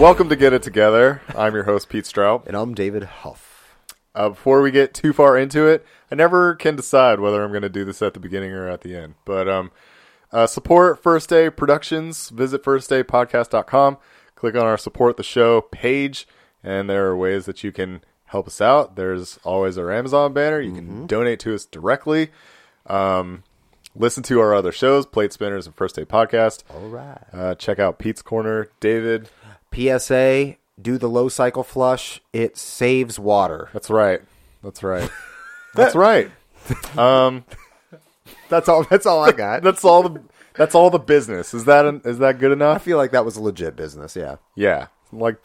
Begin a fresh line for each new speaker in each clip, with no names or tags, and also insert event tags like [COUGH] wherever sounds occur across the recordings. Welcome to Get It Together. I'm your host, Pete Strout.
And I'm David Huff.
Uh, before we get too far into it, I never can decide whether I'm going to do this at the beginning or at the end. But um, uh, support First Day Productions. Visit firstdaypodcast.com. Click on our support the show page, and there are ways that you can help us out. There's always our Amazon banner. You
Mm-hmm.
can donate to us directly. Um, listen to our other shows, Plate Spinners and First Day Podcast.
All right.
Uh, check out Pete's Corner, David.
PSA, do the low cycle flush. It saves water.
That's right. That's right. that's right. Um,
That's all that's all I
[LAUGHS]
got.
that's all the that's all the business. Is that an, is that good
I
enough?
feel like that was a legit business, yeah.
Yeah, like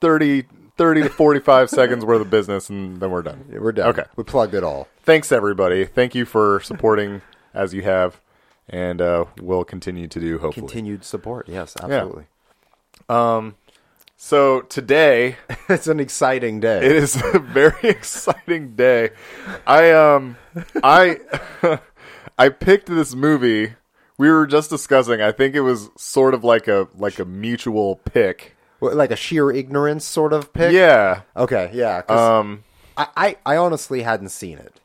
30, 30 to forty five seconds worth of business, and then we're done.
Yeah, We're done.
Okay.
We plugged it all.
Thanks everybody. Thank you for supporting as you have, and uh, we'll continue to do hopefully.
Continued support. Yes, absolutely.
So today
[LAUGHS] it's an exciting day.
it is a very [LAUGHS] exciting day. I um I [LAUGHS] I picked this movie. We were just discussing. I think it was sort of like a like a mutual pick.
What, like a sheer ignorance sort of pick.
Yeah.
Okay, yeah. 'cause
Um
I, I, I honestly hadn't seen it,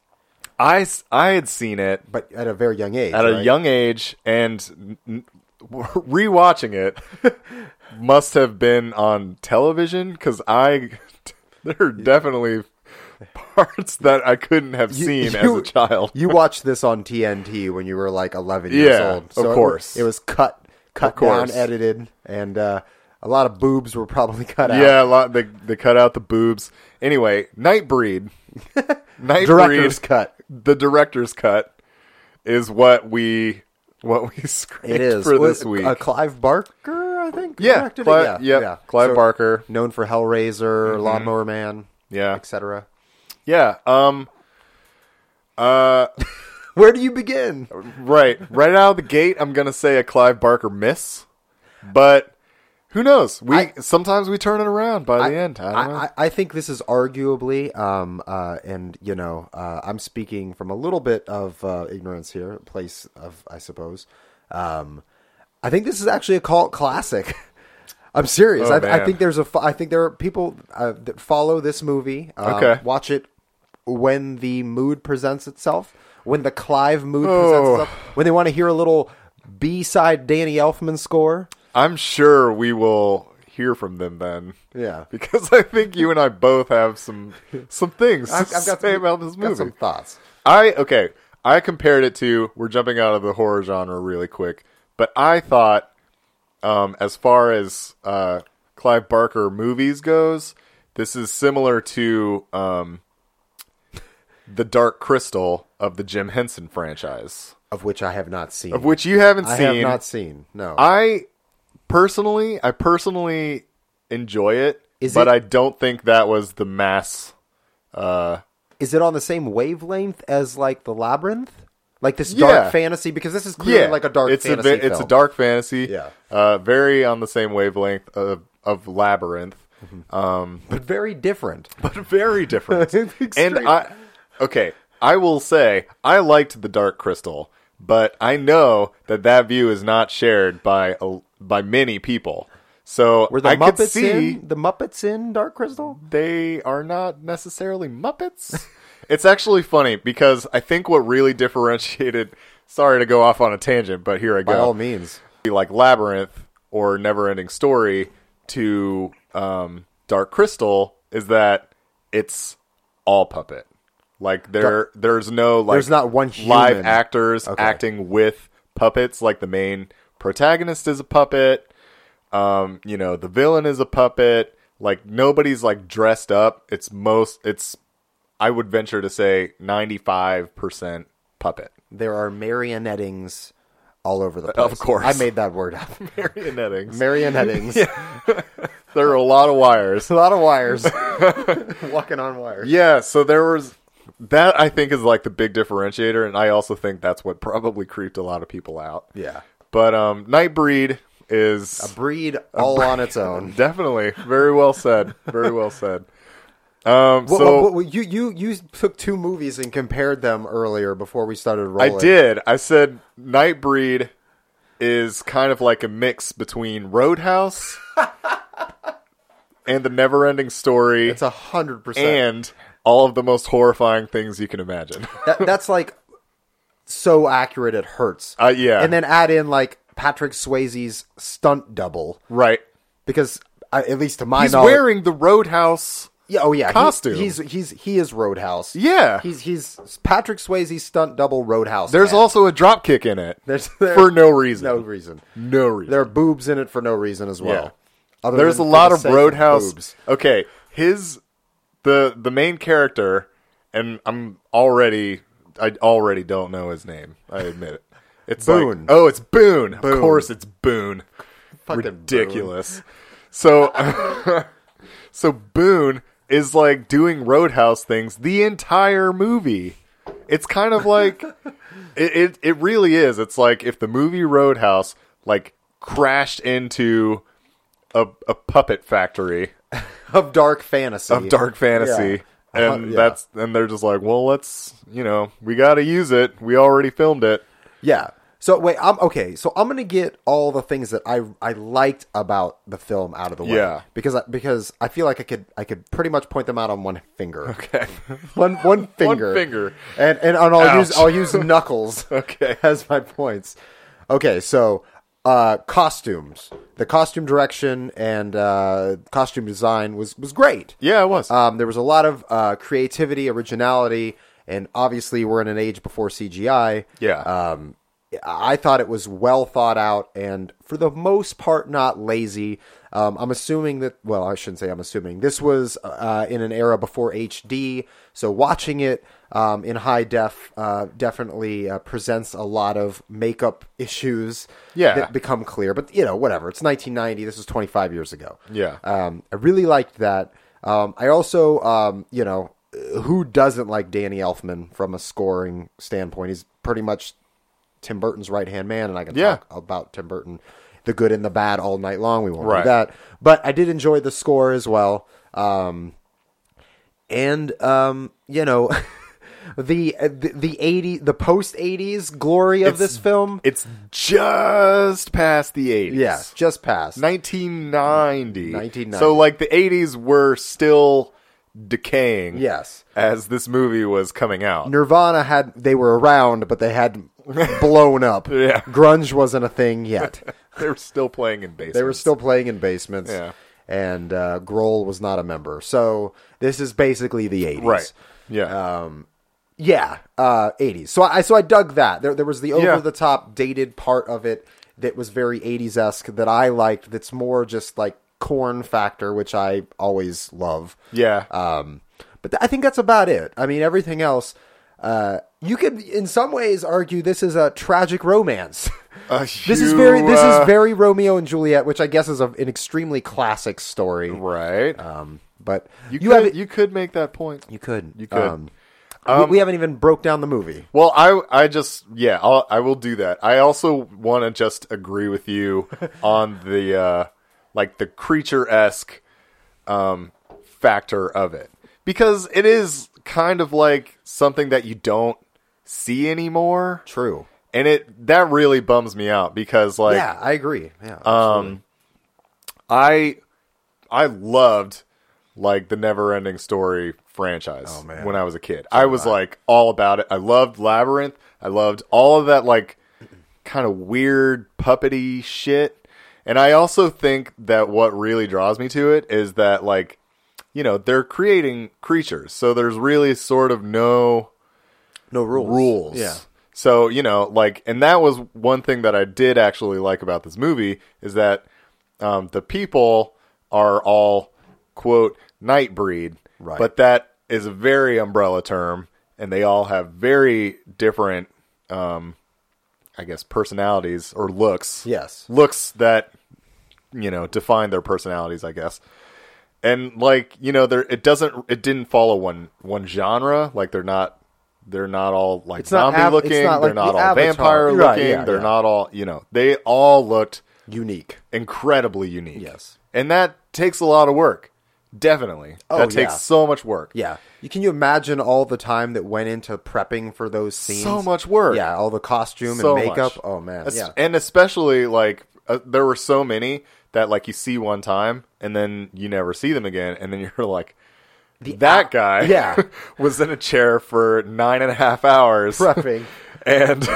I s- I had seen it
but at a very young age.
at a
right?
young age and n- rewatching it [LAUGHS] must have been on television cuz I [LAUGHS] there are definitely parts that I couldn't have
You-
seen
you-
as a child.
you watched this on TNT when you were like 11 years
Yeah,
old.
of
it wa-
course.
It, was cut, cut down,
course.
edited, and uh, a lot of boobs were probably [LAUGHS] cut out.
Yeah, a lot. They they cut out the boobs. Anyway, Nightbreed, [LAUGHS] Nightbreed,
Director's cut.
the director's cut is what we what we [LAUGHS] scraped
It is
for
Was-
this week.
Uh, Clive Barker, I think.
Yeah,
directed it?
Cli- yep, Clive Barker. Mm-hmm.
known for Hellraiser, Lawnmower Man,
Yeah.
etc.
yeah. Um. Uh.
Where do you begin?
Right. Right out of the gate, I'm gonna say a Clive Barker miss, but who knows? We
I-
sometimes we turn it around by the end. I don't know.
I, I think this is arguably, um, uh, and you know, uh, I'm speaking from a little bit of uh, ignorance here, place of, I suppose. Um, I think this is actually a cult classic. [LAUGHS] I'm serious.
Oh,
I, I
man.
think there's a. fo- I think there are people uh, that follow this movie. Um,
Okay.
Watch it when the mood presents itself. When the Clive mood
Oh.
presents itself. When they want to hear a little B-side Danny Elfman score.
I'm sure we will hear from them then.
Yeah.
Because I think you and I both have some some things
I've,
to
I've got
say
some,
about this
got
movie.
some thoughts.
I okay. I compared it to we're jumping out of the horror genre really quick, but I thought um, as far as uh, Clive Barker movies goes, this is similar to um, the Dark Crystal of the Jim Henson franchise,
of which I have not seen.
of which you haven't
I
seen.
have not seen. No,
I personally, I personally enjoy it,
Is
but
it-
I don't think that was the mass. Uh,
is it on the same wavelength as like the labyrinth, like this dark
Yeah.
fantasy? Because this is clearly like a dark
It's
fantasy.
a ve- it's a
film.
dark fantasy.
Yeah.
uh, very on the same wavelength of, of labyrinth,
Mm-hmm.
um,
but very different.
but very
[LAUGHS]
different. and
Extreme.
I okay, I will say I liked the Dark Crystal, but I know that that view is not shared by a, by many people. So
Were the
I
Muppets
could see
in the Muppets in Dark Crystal?
they are not necessarily Muppets. [LAUGHS] it's actually funny because I think what really differentiated. [LAUGHS] Sorry to go off on a tangent, but here I go
By all means,
like Labyrinth or Neverending Story to um, Dark Crystal is that it's all puppet. Like there, there's no like
There's not one
live
human.
actors acting with puppets. Like the main protagonist is a puppet. Um, you know, the villain is a puppet. Like nobody's like dressed up. It's most. It's I would venture to say ninety five percent
[LAUGHS]
puppet.
there are marionettings all over the place.
course.
I made that word
[LAUGHS]
up.
Marionettings.
marionettings.
there are a lot of wires. [LAUGHS]
[LAUGHS] A lot of wires. [LAUGHS] Walking on wires.
Yeah, so there was that I think is like the big differentiator and I also think that's what probably creeped a lot of people out.
Yeah.
But um Nightbreed is
A breed all on its own.
[LAUGHS] definitely very well said. Very well said. Um
Well,
so
well, well, you you you took two movies and compared them earlier before we started
I
rolling.
did. I said Nightbreed is kind of like a mix between Roadhouse and the never-ending story
It's a hundred percent.
and all of the most horrifying things you can imagine. [LAUGHS]
That, that's like so accurate it hurts.
Uh, yeah.
And then add in like Patrick Swayze's stunt double
right.
because uh, at least to my
He's
knowledge,
wearing the Roadhouse.
yeah, oh yeah, he-
costume.
he's he's he is Roadhouse.
Yeah.
he's he's Patrick Swayze's stunt double Roadhouse.
There's
man.
also a drop kick in it
[LAUGHS] There's- there-
for no reason.
no reason.
No reason.
There are boobs in it for no reason as well.
Yeah.
Other
There's a
than for
lot
the
of
sake
Roadhouse.
boobs.
Okay, his the the main character, and I'm already I already don't know his name. I admit it. It's like-
Boone.
oh, it's Boone. Of course, it's Boone.
Fucking
Ridiculous. So, [LAUGHS] so Boone is like doing Roadhouse things the entire movie. It's kind of
[LAUGHS]
like it, it. It really is. It's like if the movie Roadhouse like crashed into a, a puppet factory
of dark fantasy.
of dark fantasy.
Yeah. Uh-huh,
And
Yeah.
that's and they're just like, well, let's you know, we got to use it. We already filmed it. [LAUGHS]
Yeah. So wait, I'm okay. So I'm gonna get all the things that I I liked about the film out of the way.
Yeah.
Because I, because I feel like I could I could pretty much point them out on one finger. Okay. [LAUGHS]
[LAUGHS]
one one finger.
finger.
And and, and I'll use
Ouch. [LAUGHS]
I'll use knuckles. [LAUGHS]
Okay.
As my points. Okay. So uh, costumes, the costume direction and uh, costume design was was great.
Yeah, it was.
Um, there was a lot of uh, creativity, originality, and obviously we're in an age before CGI.
Yeah.
Um, I thought it was well thought out and for the most part not lazy. Um, I'm assuming that, well, I shouldn't say I'm assuming. This was uh, in an era before HD, so watching it um, in high def uh, definitely uh, presents a lot of makeup issues
Yeah.
that become clear. But, you know, whatever. It's 1990. This is 25 years ago.
Yeah.
Um, I really liked that. Um, I also, um, you know, who doesn't like Danny Elfman from a scoring standpoint? He's pretty much Tim Burton's right hand man, and I can
Yeah.
talk about Tim Burton, the good and the bad, all night long. We won't
Right.
do that, but I did enjoy the score as well. Um, and um, you know, [LAUGHS] the the the eighty the post eighties glory of
It's-
this film,
it's just past the 80s.
yeah, just past.
1990.
1990.
So like the 80s were still decaying.
Yes.
As this movie was coming out.
Nirvana had they were around, but
[LAUGHS]
they had blown up.
Yeah.
Grunge wasn't a
[LAUGHS]
thing yet.
they were still playing in basements.
they were still playing in basements.
Yeah.
And uh, Grohl was not a member. So this is basically the eighties.
right. Yeah.
Um, yeah, uh, 80s. So I so I dug that. There there was the over the top dated part of it that was very 80s esque that I liked. That's more just like corn factor, which I always love.
yeah.
Um, but th- I think that's about it. I mean, everything else, uh, you could, in some ways, argue this is a tragic romance. [LAUGHS]
Uh,
this is
you,
very, this
uh,
is very Romeo and Juliet, which I guess is a, an extremely classic story.
right.
Um, but
you
you,
could,
haven't, you,
you could make that point.
could,
you could.
Um, we- we, haven't even broke down the movie.
Well, I I just yeah, I'll, I will do that. I also want to just agree with you on the uh like the creature esque um factor of it because it is kind of like something that you don't see anymore,
True.
and it that really bums me out because like uh,
yeah, I agree. Yeah. absolutely.
Um, I I loved like the never ending story franchise
Oh, man.
when I was a kid. I was like all about it. I loved Labyrinth. I loved all of that like kind of weird puppety shit. And I also think that what really draws me to it is that like you know, they're creating creatures. So there's really sort of no
no rules.
rules.
Yeah.
So, you know, like, and that was one thing that I did actually like about this movie is that um, the people are all, quote, night breed.
Right.
But that is a very umbrella term, and they all have very different, um, I guess, personalities or looks.
Yes.
Looks that, you know, define their personalities, I guess and like you know there it doesn't it didn't follow one one genre like they're not they're not all like
not
zombie
av- it's
looking
not
they're
like
not
the
all
Avatar.
vampire
Right,
looking
yeah,
they're
yeah.
not all you know they all looked
Unique.
incredibly unique
Yes.
and that takes a lot of work definitely
Oh,
that takes
yeah.
so much work
Yeah. You, can you imagine all the time that went into prepping for those scenes?
so much work
Yeah, all the costume
so
and makeup.
much. [LAUGHS]
Oh man,
Es-
yeah,
and especially like uh, there were so many that like you see one time and then you never see them again, and then [LAUGHS] you're like, that guy,
yeah.
[LAUGHS] was in a chair for nine and a half hours
Prepping.
[LAUGHS] and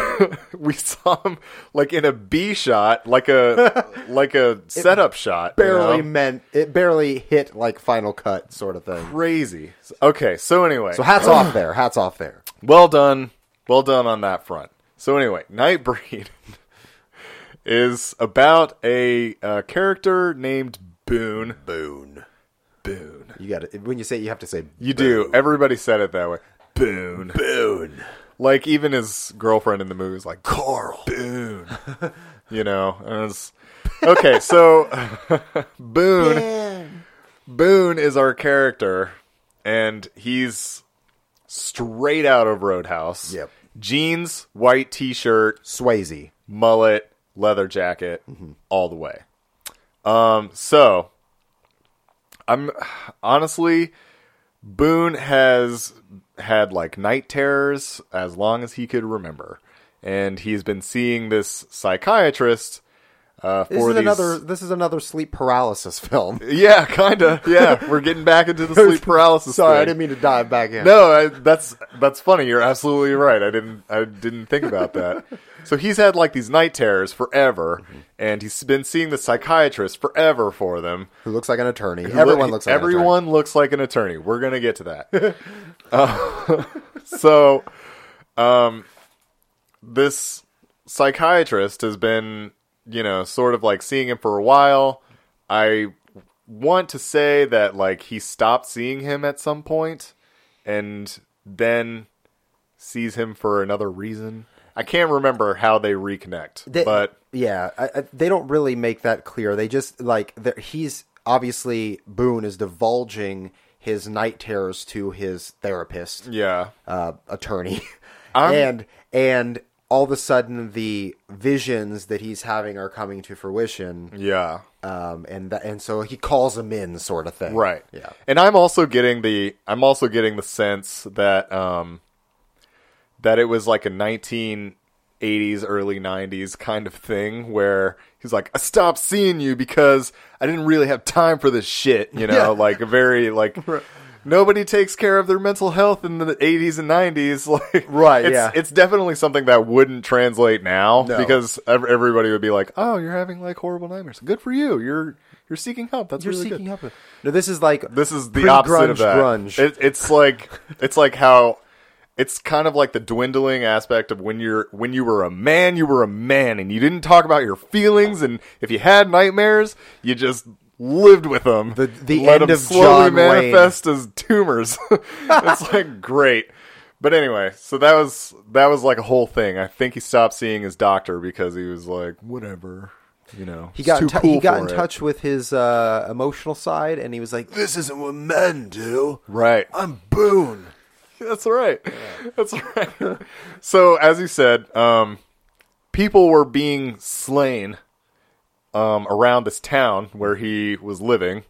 [LAUGHS] we saw him like in a B shot, like
[LAUGHS]
a like a setup shot, you
barely
know?
meant it barely hit like final cut sort of thing.
crazy. Okay, so anyway,
So hats [CLEARS THROAT] off there. Hats off there.
well done, well done on that front. So anyway, Nightbreed [LAUGHS] is about a uh, character named Boone.
Boone.
Boone.
You got it. When you say it, you have to say
You do. Everybody said it that way. Boone.
Boone.
Like even his girlfriend in the movie is like
Carl.
Boone. [LAUGHS] you know, and it's okay. So [LAUGHS] Boone. Boone is our character, and he's straight out of Roadhouse.
Yep.
Jeans, white t shirt,
[LAUGHS] Swayze.
mullet, leather jacket,
Mm-hmm.
all the way. Um, so I'm honestly Boone has had like night terrors as long as he could remember. And he's been seeing this psychiatrist uh, for
This is
these...
another. This is another sleep paralysis [LAUGHS] film.
[LAUGHS] Yeah, kinda. Yeah, we're getting back into
[LAUGHS]
the sleep paralysis.
Sorry, I
thing.
didn't mean to dive back in.
No, I, that's that's funny. You're absolutely right. I didn't I didn't think about that. so he's had like these night terrors forever, and he's been seeing the psychiatrist forever for them.
Who looks like an attorney? Everyone looks like An
everyone looks like an attorney. We're gonna get to that. [LAUGHS] Uh, [LAUGHS] so, um, this psychiatrist has been, you know, sort of like seeing him for a while. I want to say that like he stopped seeing him at some point, and then sees him for another reason. I can't remember how they reconnect,
attorney. They-
but
yeah, I, I, they don't really make that clear. They just like they're- he's obviously Boone is divulging his night terrors to his therapist.
yeah,
uh, attorney,
I'm-
and and all of a sudden the visions that he's having are coming to fruition,
yeah.
um, and that and so he calls them in, sort of thing.
Right.
Yeah.
And I'm also getting the I'm also getting the sense that um that it was like a 1980s early 90s kind of thing where he's like I stopped seeing you because I didn't really have time for this shit, you know,
Yeah.
like a very
[LAUGHS]
like Nobody takes care of their mental health in the 80s and 90s. [LAUGHS] Like,
Right,
It's,
yeah.
it's definitely something that wouldn't translate now
No.
because ev- everybody would be like, "Oh, you're having like horrible nightmares. Good for you. You're you're seeking help. That's
You're
really good."
seeking help. No, this is like
This is the
Pre-grunge
opposite of that.
grunge.
It, it's like it's like how it's kind of like the dwindling aspect of when you're when you were a man, you were a man, and you didn't talk about your feelings, and if you had nightmares, you just lived with them.
The- the
Let
end
them
of
slowly
John Wayne.
manifest as tumors. [LAUGHS] it's like great. But anyway, so that was that was like a whole thing. I think he stopped seeing his doctor because he was like, whatever, you know.
he got in
too
tou-
cool
he got
for
in
it.
touch with his uh, emotional side, and he was like, "This isn't what men do.
Right.
I'm Boone."
[LAUGHS] That's right. That's right. [LAUGHS] so, as you said, um, people were being slain um, around this town where he was living,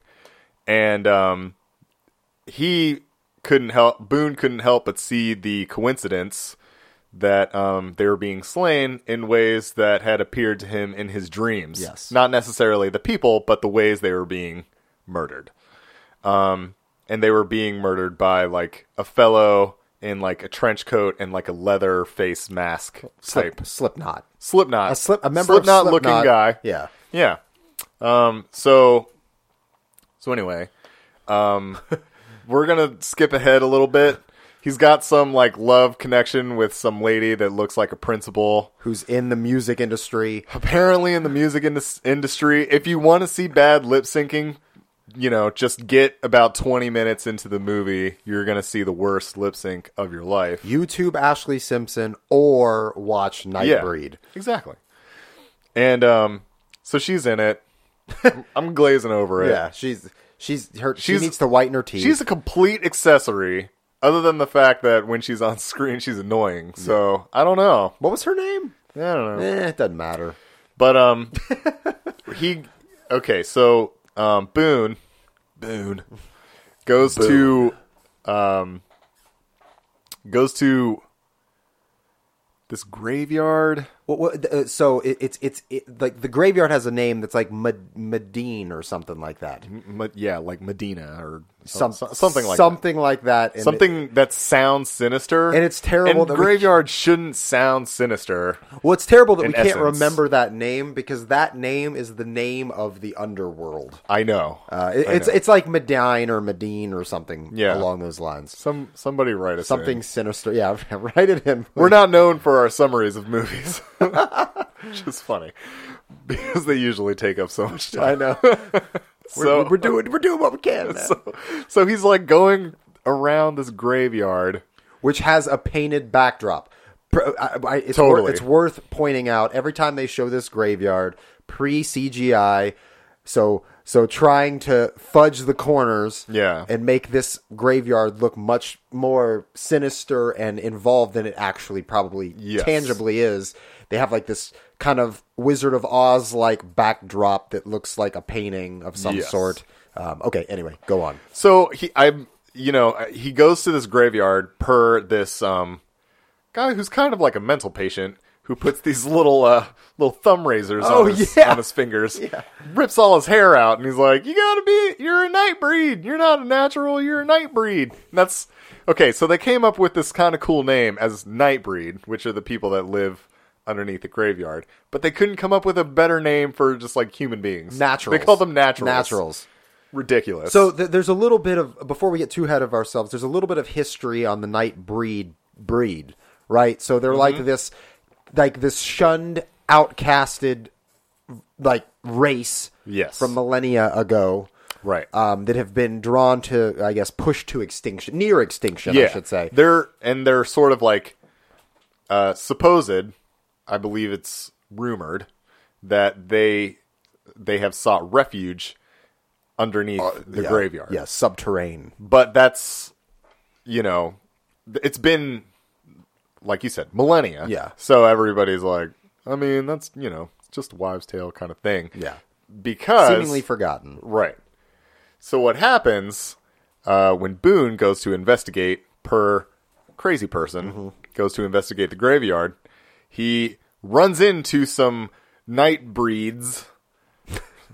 and um, he couldn't help. Boone couldn't help but see the coincidence that um, they were being slain in ways that had appeared to him in his dreams.
Yes.
not necessarily the people, but the ways they were being murdered and they were being murdered by like a fellow in like a trench coat and like a leather face mask type
Slip, Slipknot,
Slipknot,
a slip, a member
Slipknot
of Slipknot
looking guy.
Yeah,
Yeah. Um. So. So anyway, um, [LAUGHS] we're gonna skip ahead a little bit. He's got some like love connection with some lady that looks like a principal.
who's in the music industry.
Apparently, in the music indus- industry, if you want to see bad lip syncing, you know, just get about twenty minutes into the movie, you're gonna see the worst lip sync of your life.
YouTube Ashley Simpson or watch Nightbreed.
exactly. And um, so she's in it. [LAUGHS] I'm- I'm glazing over it.
Yeah, she's she's her.
She's-
she needs to whiten her teeth.
She's a complete accessory, other than the fact that when she's on screen, she's annoying. So I don't know.
what was her name?
I don't know.
Eh, it doesn't matter.
But
[LAUGHS]
um, he okay. So um, Boone, Boone goes to um goes to this graveyard
What, what, uh, so it, it's it's it, like the graveyard has a name that's like Med- Medine or something like that.
M- yeah, like Medina or
Some,
some, Oh, something like that.
Oh, something like that. and it-
something that sounds sinister.
And it's terrible
And
that we-
graveyard shouldn't sound sinister.
well, it's terrible that
in
we can't
essence.
remember that name because that name is the name of the underworld.
I know.
Uh, it-
I
it's
know.
it's like Medine or Medine or something
Yeah.
along those lines.
some somebody write us
Something
in.
sinister. Yeah, [LAUGHS] write it in.
We're not known for our summaries of movies, [LAUGHS] which is funny because they usually take up so much time.
I
[LAUGHS]
know. we're,
So-
we're doing we're doing what we can, man.
[LAUGHS] So, so he's like going around this graveyard.
which has a painted backdrop. Pr- I- I- it's,
Totally.
wor- it's worth pointing out every time they show this graveyard pre CGI. So so trying to fudge the corners,
Yeah.
and make this graveyard look much more sinister and involved than it actually probably
Yes.
tangibly is. They have like this kind of Wizard of Oz like backdrop that looks like a painting of some
Yes.
sort. Um, okay, anyway, go on.
So he, I'm, you know, he goes to this graveyard per this um guy who's kind of like a mental patient who puts these [LAUGHS] little uh little thumb razors
Oh,
on, his,
yeah.
on his fingers, rips all his hair out, and he's like, "You gotta be, you're a night breed. You're not a natural. You're a night breed." And that's okay. So they came up with this kind of cool name as night breed, which are the people that live underneath the graveyard, but they couldn't come up with a better name for just like human beings.
Naturals.
They call them naturals.
Naturals.
Ridiculous.
So th- there's a little bit of before we get too ahead of ourselves. There's a little bit of history on the night breed breed, right? So they're
Mm-hmm.
like this, like this shunned, outcasted, like race,
Yes.
from millennia ago,
Right.
Um, that have been drawn to, I guess, pushed to extinction, near extinction, I should say.
They're and they're sort of like uh supposed, I believe it's rumored that they they have sought refuge underneath the
Uh, Yeah.
graveyard.
yeah, subterranean.
But that's you know, th- it's been like you said, millennia.
Yeah.
So everybody's like, I mean, that's, you know, just a wives tale kind of thing.
Yeah,
Because
seemingly forgotten.
Right. So what happens uh, when Boone goes to investigate per crazy person
Mm-hmm.
goes to investigate the graveyard, he runs into some night
[LAUGHS]
breeds,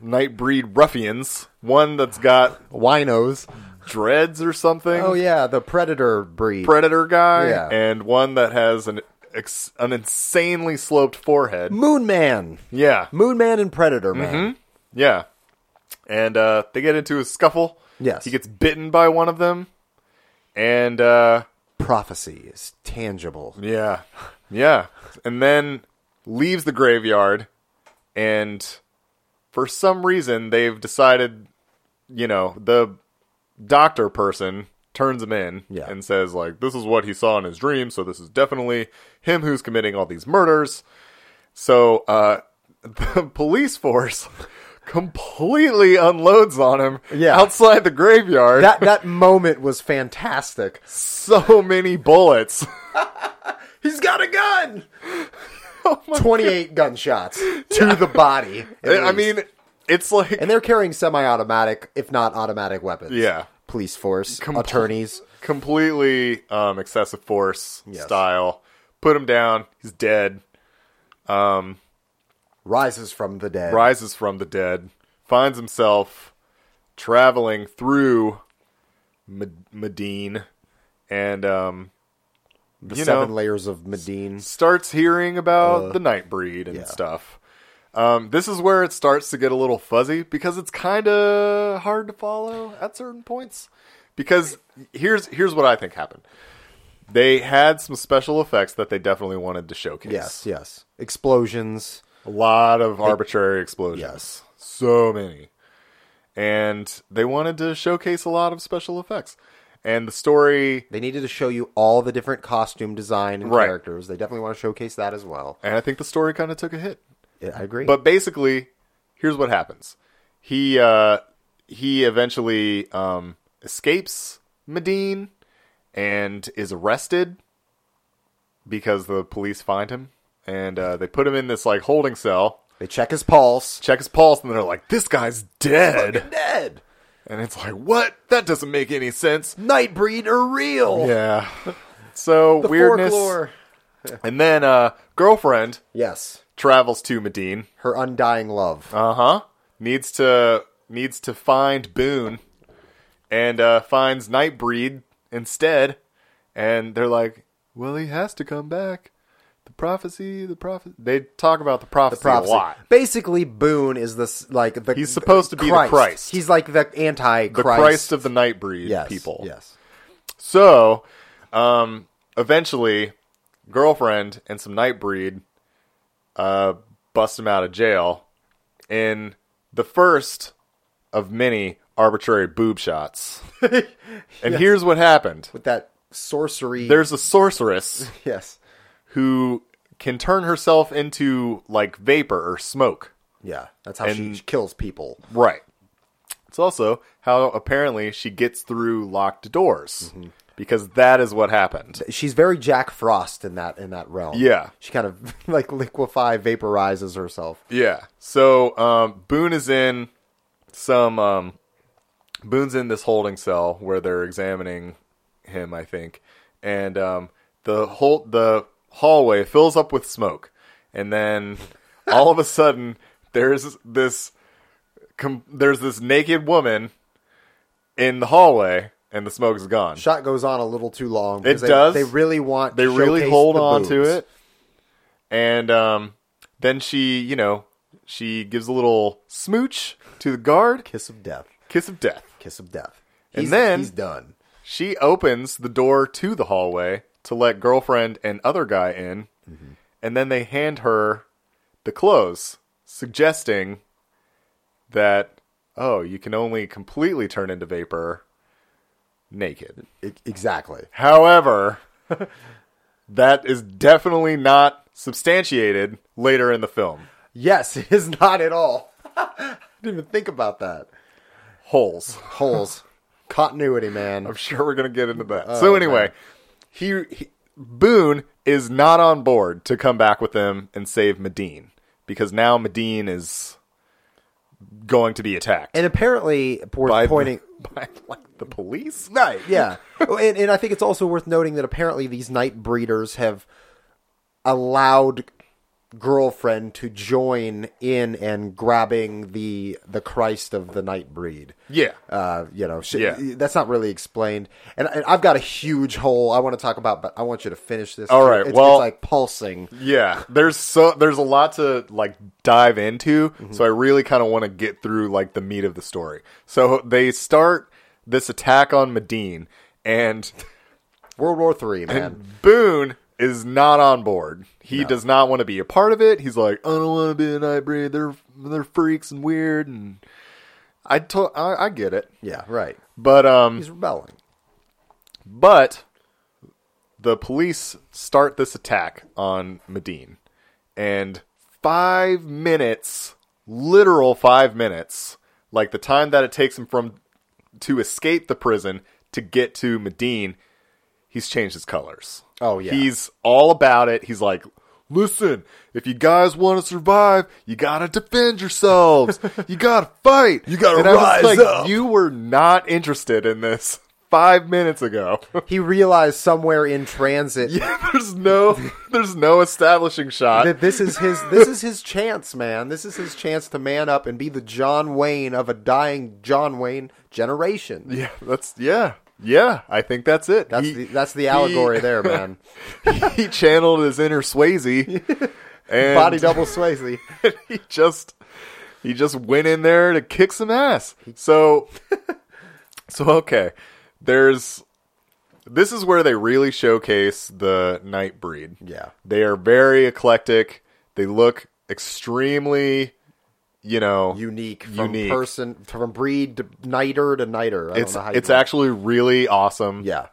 night breed ruffians. One that's got
Winos.
dreads or something,
Oh yeah, the predator breed.
predator guy,
Yeah.
and one that has an ex- an insanely sloped forehead.
Moon Man.
Yeah,
Moon Man and Predator Man.
Mm-hmm. Yeah. And uh, they get into a scuffle.
Yes.
He gets bitten by one of them. And uh,
prophecy is tangible.
yeah. Yeah. And then leaves the graveyard. And for some reason, they've decided, you know, the doctor person turns him in
Yeah.
and says, like, this is what he saw in his dream. So this is definitely him who's committing all these murders. So uh, [LAUGHS] the police force [LAUGHS] completely unloads on him
Yeah.
outside the graveyard.
That that moment was fantastic.
so many bullets.
He's got a gun.
[LAUGHS] Oh
28 gunshots to the body.
[LAUGHS]
at
I
least.
mean, it's like
and they're carrying semi-automatic, if not automatic weapons.
Yeah.
Police force, attorneys.
completely um, excessive force
Yes.
style. Put him down. He's dead.
Rises from the dead.
Rises from the dead. Finds himself traveling through Med- Medine, and um,
the
you
seven
know,
layers of Medine.
starts hearing about the night breed and
Uh, yeah.
stuff. Um, this is where it starts to get a little fuzzy because it's kind of hard to follow at certain points. Because here's here's what I think happened. They had some special effects that they definitely wanted to showcase.
Yes, yes. Explosions.
A lot of arbitrary explosions.
Yes.
So many. And they wanted to showcase a lot of special effects. And the story
They needed to show you all the different costume design and
Right.
characters. They definitely want to showcase that as well.
and I think the story kind of took a hit.
Yeah, I agree.
But basically, here's what happens. He uh, he eventually um, escapes Medine and is arrested because the police find him and uh, they put him in this like holding cell,
they check his pulse.
check his pulse, and they're like, "This guy's dead."
Dead.
And it's like, "What? That doesn't make any sense."
Nightbreed are real. [LAUGHS]
Yeah. So
The
weirdness.
folklore.
and then uh, girlfriend
Yes,
travels to Medine.
her undying love.
Uh huh. Needs to needs to find Boone, and uh, finds Nightbreed instead. And they're like, "Well, he has to come back." The prophecy, the prophet. They talk about the prophecy,
prophecy.
a lot.
Basically, Boone is this like the
He's supposed to be the Christ.
He's like the anti
The Christ, of the Nightbreed
yes,
people.
Yes.
So, um, eventually, girlfriend and some Nightbreed uh, bust him out of jail in the first of many arbitrary boob shots. and here's what happened
With that sorcery.
there's a sorceress
yes.
who can turn herself into like vapor or smoke.
Yeah. That's how
And-
she kills people.
Right. It's also how apparently she gets through locked doors because that is what happened.
She's very Jack Frost in that in that realm.
Yeah.
She kind of [LAUGHS] like liquefy vaporizes herself.
Yeah. So um, Boone is in some. Um, Boone's in this holding cell where they're examining him, I think, and um, the whole the hallway fills up with smoke, and then all of a sudden there's this com- there's this naked woman in the hallway, and the smoke is gone.
Shot goes on a little too long. because they,
does.
They really want.
they
to
really
showcase
hold
the
on to
boobs.
it and um, then she you know she gives a little smooch to the guard
Kiss of death.
kiss of death
Kiss of death.
And
He's-
then-
he's done.
she opens the door to the hallway to let girlfriend and other guy in
Mm-hmm.
and then they hand her the clothes suggesting that oh you can only completely turn into vapor naked
E- exactly.
However, [LAUGHS] that is definitely not substantiated later in the film.
Yes, [LAUGHS] it is not at all. [LAUGHS] I didn't even think about that.
Holes. [LAUGHS]
Holes. Continuity, man.
I'm sure we're going to get into that.
Oh,
so anyway, he, he Boone is not on board to come back with them and save Medine because now Medine is going to be attacked
And apparently, we're
by the-
pointing.
[LAUGHS] by like the police.
Right, yeah. Oh, and, and I think it's also worth noting that apparently these night breeders have allowed girlfriend to join in and grabbing the the Christ of the night breed.
Yeah.
Uh, you know, she,
Yeah.
that's not really explained. And, and I've got a huge hole I want to talk about, but I want you to finish this.
All right,
It's-
well-
it's like pulsing.
Yeah, there's so there's a lot to like dive into, so I really kind of want to get through like the meat of the story. So they start this attack on Medine, and
World War Three, man.
Boone is not on board. He does not want to be a part of it. He's like, I don't want to be a nightbreed. They're they're freaks and weird, and I to- I, I get it,
Yeah, right.
but um,
He's rebelling.
But the police start this attack on Medine, and five minutes, literal five minutes, like the time that it takes him from to escape the prison to get to Medine, he's changed his colors.
Oh, yeah.
he's all about it. He's like. Listen, if you guys want to survive, you gotta defend
[LAUGHS]
yourselves. you gotta fight. You
gotta
and I was
rise
like,
up.
You were not interested in this five minutes ago. [LAUGHS]
He realized somewhere in transit
Yeah, there's no there's no establishing shot.
that this is his this is his chance, man. This is his chance to man up and be the John Wayne of a dying John Wayne generation.
Yeah, that's yeah. Yeah, I think that's it.
That's
He-
the that's the allegory there, man.
He channeled his inner
[LAUGHS]
Swayze [LAUGHS] and
Body double Swayze.
[LAUGHS] he just he just went in there to kick some ass. So so okay. There's this is where they really showcase the night breed.
Yeah.
They are very eclectic. They look extremely you know
Unique from
Unique.
person from breed to nighter to nighter. I
it's
don't know how
it's
you
actually really awesome.
yeah.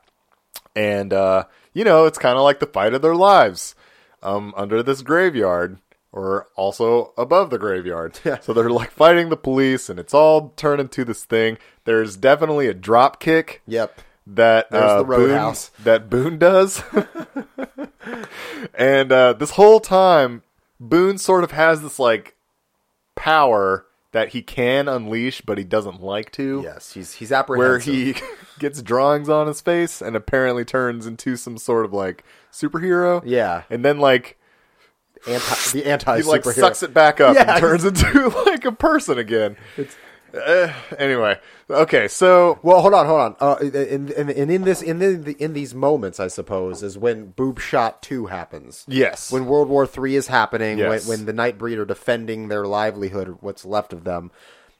and uh, you know it's kind of like the fight of their lives um, under this graveyard or also above the graveyard so they're like fighting the police and it's all turned into this thing there's definitely a drop kick
Yep.
that uh,
the roadhouse.
Boone, [LAUGHS] that Boone does, and uh, this whole time Boone sort of has this like power that he can unleash, but he doesn't like to
Yes, he's he's
where [LAUGHS]
apprehensive.
he gets drawings on his face and apparently turns into some sort of like superhero.
Yeah.
And then like
Anti, the
[LAUGHS]
anti
he like
superhero.
sucks it back up
Yeah.
and turns into [LAUGHS] like a person again. Uh, anyway, okay, so
Well, hold on, hold on. Uh, and, and, and in this, in the, in these moments, I suppose, is when Boob Shot Two happens.
yes,
When World War Three is happening,
Yes.
when, when the Nightbreed are defending their livelihood, or what's left of them,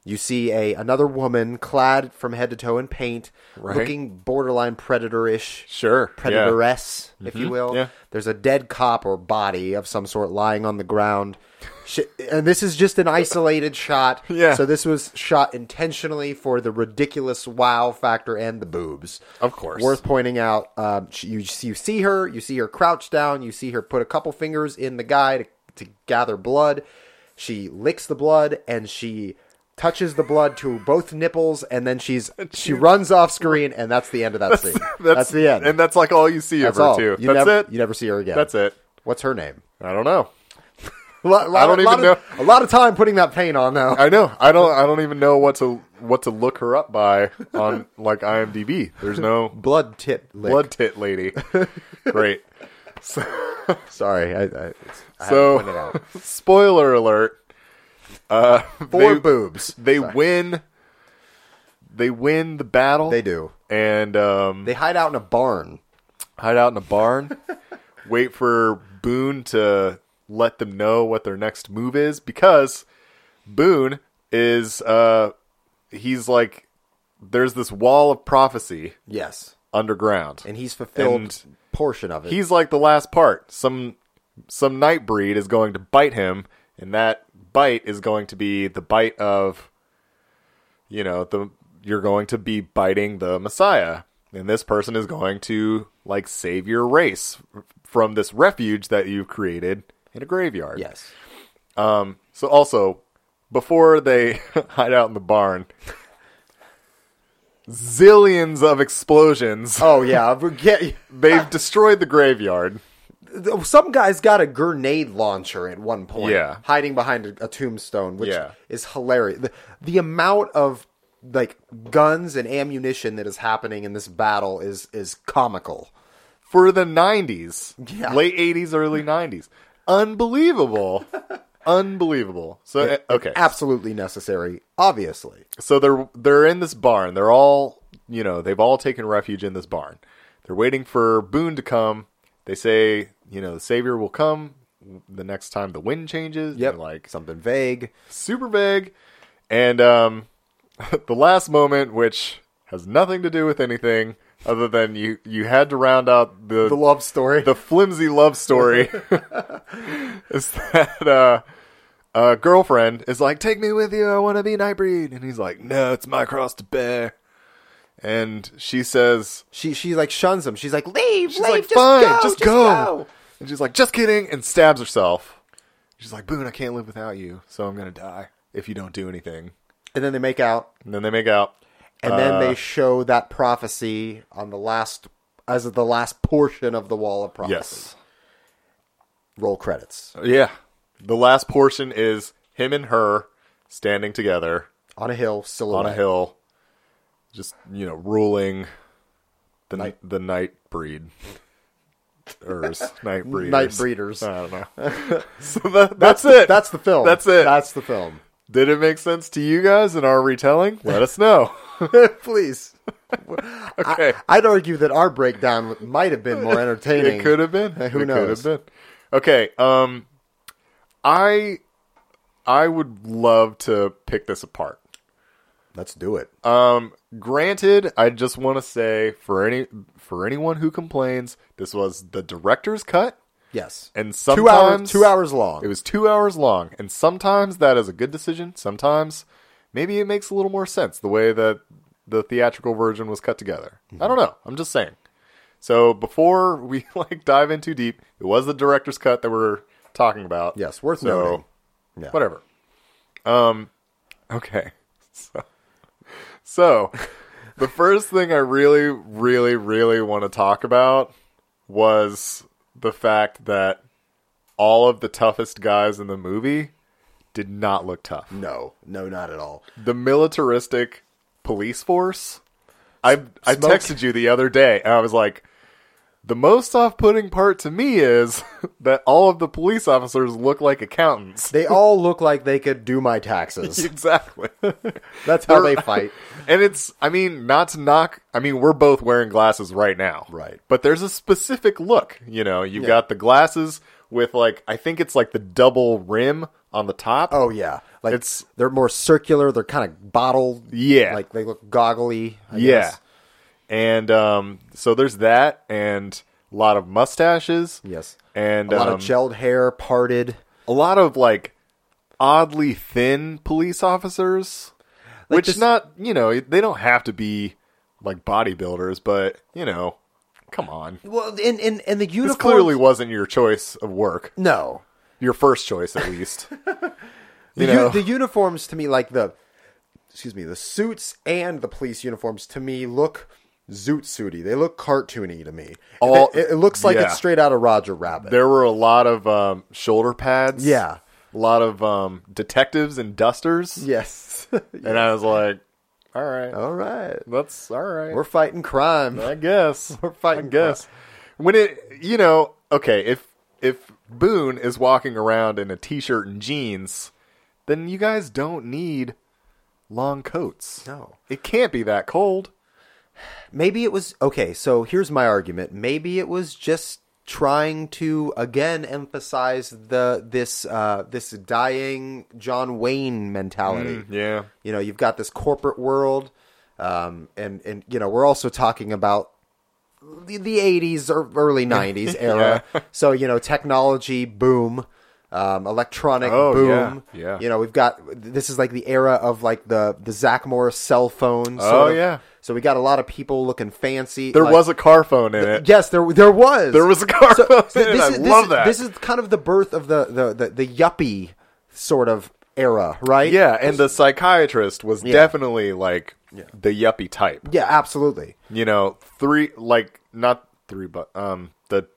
you see a another woman clad from head to toe in paint,
Right.
looking borderline predator-ish,
sure, yeah. Mm-hmm.
predatoress, if you will.
yeah.
There's a dead cop or body of some sort lying on the ground. Shi- And this is just an isolated shot.
[LAUGHS] Yeah.
So this was shot intentionally for the ridiculous wow factor and the boobs.
Of course.
Worth pointing out, um, she- you, you see her, you see her crouch down, you see her put a couple fingers in the guy to, to gather blood. She licks the blood and she touches the blood to both nipples and then
[LAUGHS]
she's she runs off screen and that's the end of that scene. That's, the end.
and [LAUGHS] that's like all you see
That's
of her
all.
too.
You
that's
never,
it.
You never see her again.
That's it.
What's her name?
I don't know.
A lot, lot-
I don't
a lot
even
of, know. A lot of time putting that paint on now.
I know. I don't. I don't even know what to what to look her up by on like IMDb. There's no
[LAUGHS] Blood tit.
[LAUGHS]
Lick.
blood tit lady.
[LAUGHS]
Great.
Sorry, I, I, it's- I had to point it
So, [LAUGHS]
out.
spoiler alert. uh,
[LAUGHS] four
they-
boobs.
They win. They win the battle.
They do.
and um,
They hide out in a barn.
hide out in a barn. wait for Boone to let them know what their next move is because Boone is uh, he's like there's this wall of prophecy
Yes,
underground.
and he's fulfilled
And
portion of it.
he's like the last part. Some some night breed is going to bite him, and that bite is going to be the bite of you know, the you're going to be biting the Messiah. And this person is going to like save your race from this refuge that you've created in a graveyard.
yes.
So also, before they [LAUGHS] hide out in the barn, zillions of explosions.
Oh yeah. we Get,
They've destroyed the graveyard.
[LAUGHS] some guy's got a grenade launcher at one point.
Yeah.
Hiding behind a, a tombstone, which
Yeah.
is hilarious. The, the amount of like guns and ammunition that is happening in this battle is is comical.
for the 90s
Yeah.
late 80s early 90s
[LAUGHS]
unbelievable unbelievable so eh, okay
Absolutely necessary, obviously.
so they're they're in this barn they're all you know they've all taken refuge in this barn they're waiting for boone to come they say you know the savior will come the next time the wind changes
Yep.
They're like
Like something vague.
super vague and um [LAUGHS] the last moment which has nothing to do with anything other than you you had to round out the
The love story.
the flimsy love
[LAUGHS]
story is that uh, a girlfriend is like, "Take me with you. I want to be Nightbreed," and he's like, "No, it's my cross to bear." And she says,
she she like shuns him. She's like, leave,
"She's
leave,
like,
just
fine,
go,
just, go. And she's like, "Just kidding," and stabs herself. She's like, "Boone, I can't live without you, so I'm gonna die if you don't do anything."
And then they make out,
And then they make out.
and then
Uh.
they show that prophecy on the last as of the last portion of the wall of prophecy.
Uh, Yes.
Roll credits
Yeah. The last portion is him and her standing together.
on a hill, silhouette.
on a hill, just you know, ruling the night the night breed.
[LAUGHS]
Ers, night breeders.
Night breeders.
I don't know.
[LAUGHS]
so that, that's, it.
That's the film.
That's it.
That's the film.
Did it make sense to you guys in our retelling? Let us
[LAUGHS]
know.
[LAUGHS]
[LAUGHS]
Please.
Okay.
I'd argue that our breakdown might have been more
[LAUGHS]
entertaining.
It could have been.
Who
it
knows?
Could have been. Okay. Um, I I would love to pick this apart.
Let's do it.
Uh, Um, Granted, I just want to say for any for anyone who complains, this was the director's cut.
yes.
and
two
sometimes
hours. Two hours long.
It was two hours long, and sometimes that is a good decision. Sometimes maybe it makes a little more sense the way that the theatrical version was cut together.
Mm-hmm.
I don't know. I'm just saying. So before we [LAUGHS] like dive in too deep, it was the director's cut that we're talking about.
Yes, worth
so,
noting. Yeah.
Whatever. Um. Okay. [LAUGHS] So, so
[LAUGHS]
the first thing I really, really, really want to talk about was the fact that all of the toughest guys in the movie did not look tough.
No, no, not at all.
The militaristic police force. I I
Smoke.
texted you the other day and I was like, The most off putting part to me is [LAUGHS] that all of the police officers look like accountants.
They all look like they could do my [LAUGHS] taxes.
[LAUGHS] exactly.
That's how [LAUGHS]
They're-
they fight.
And it's, I mean, not to knock, I mean, we're both wearing glasses right now.
Right.
But there's a specific look. You know, you've got the glasses with, like, I think it's like the double rim on the top.
Oh yeah, like
It's-
they're more circular. They're kind of bottled.
Yeah.
like they look goggly. I
yeah.
guess.
And um, so there's that, and a lot of mustaches.
Yes.
And
a lot
um,
of gelled hair, parted.
a lot of like oddly thin police officers,
Like
which
this-
not you know they don't have to be like bodybuilders, but you know, come on,
Well, in in in the
this
uniform.
clearly wasn't your choice of work,
no.
your first choice at
[LAUGHS]
least.
The,
you
u-
know,
the uniforms to me, like the, excuse me, the suits and the police uniforms to me look zoot suity. They look cartoony to me.
All-
it, it looks like
yeah.
it's straight out of Roger Rabbit.
there were a lot of um, shoulder pads.
Yeah.
a lot of um, detectives and dusters.
yes.
and I was like, all right.
[LAUGHS] all right.
That's all right.
We're fighting [LAUGHS] crime.
I guess [LAUGHS]
We're fighting
I guess when it, you know, okay, if if Boone is walking around in a t-shirt and jeans, then you guys don't need long coats.
No.
it can't be that cold.
Maybe it was okay. So here's my argument. Maybe it was just trying to again emphasize the this uh, this dying John Wayne mentality.
Yeah,
You know, you've got this corporate world, um, and and you know we're also talking about the, the 80s or
[LAUGHS]
early 90s era. So you know, technology boom, um, electronic
Oh,
boom.
yeah, yeah.
You know, we've got this is like the era of like the the Zach Morris cell phone. sort
Oh,
of.
yeah.
So we got a lot of people looking fancy.
there
like-
was a car phone in it.
Yes, there there was.
There was a car phone.
So
in it. I
is,
love
is,
that.
This is kind of the birth of the the the, the yuppie sort of era, right?
yeah, and the psychiatrist was definitely like the yuppie type.
Yeah, absolutely.
You know, three like not three, but um the